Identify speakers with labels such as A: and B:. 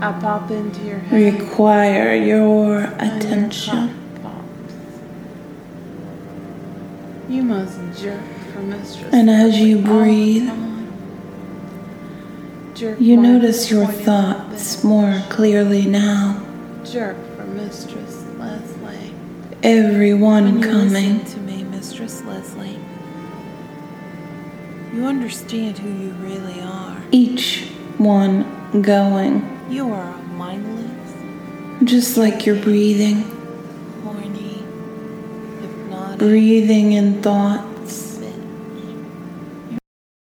A: I pop into your head.
B: require your
A: and your
B: attention.
A: cock pops. You must jerk for mistress.
B: And as you
A: all the
B: breathe,
A: time. Jerk
B: you
A: while
B: notice your
A: pointing out
B: thoughts
A: the-
B: more clearly now.
A: Jerk for mistress Leslie.
B: Everyone
A: When you
B: coming.
A: listen to me, Mistress Leslie, you understand who you really are.
B: each one going,
A: You are a mindless,
B: just like you're breathing,
A: horny, hypnotic,
B: breathing in thought,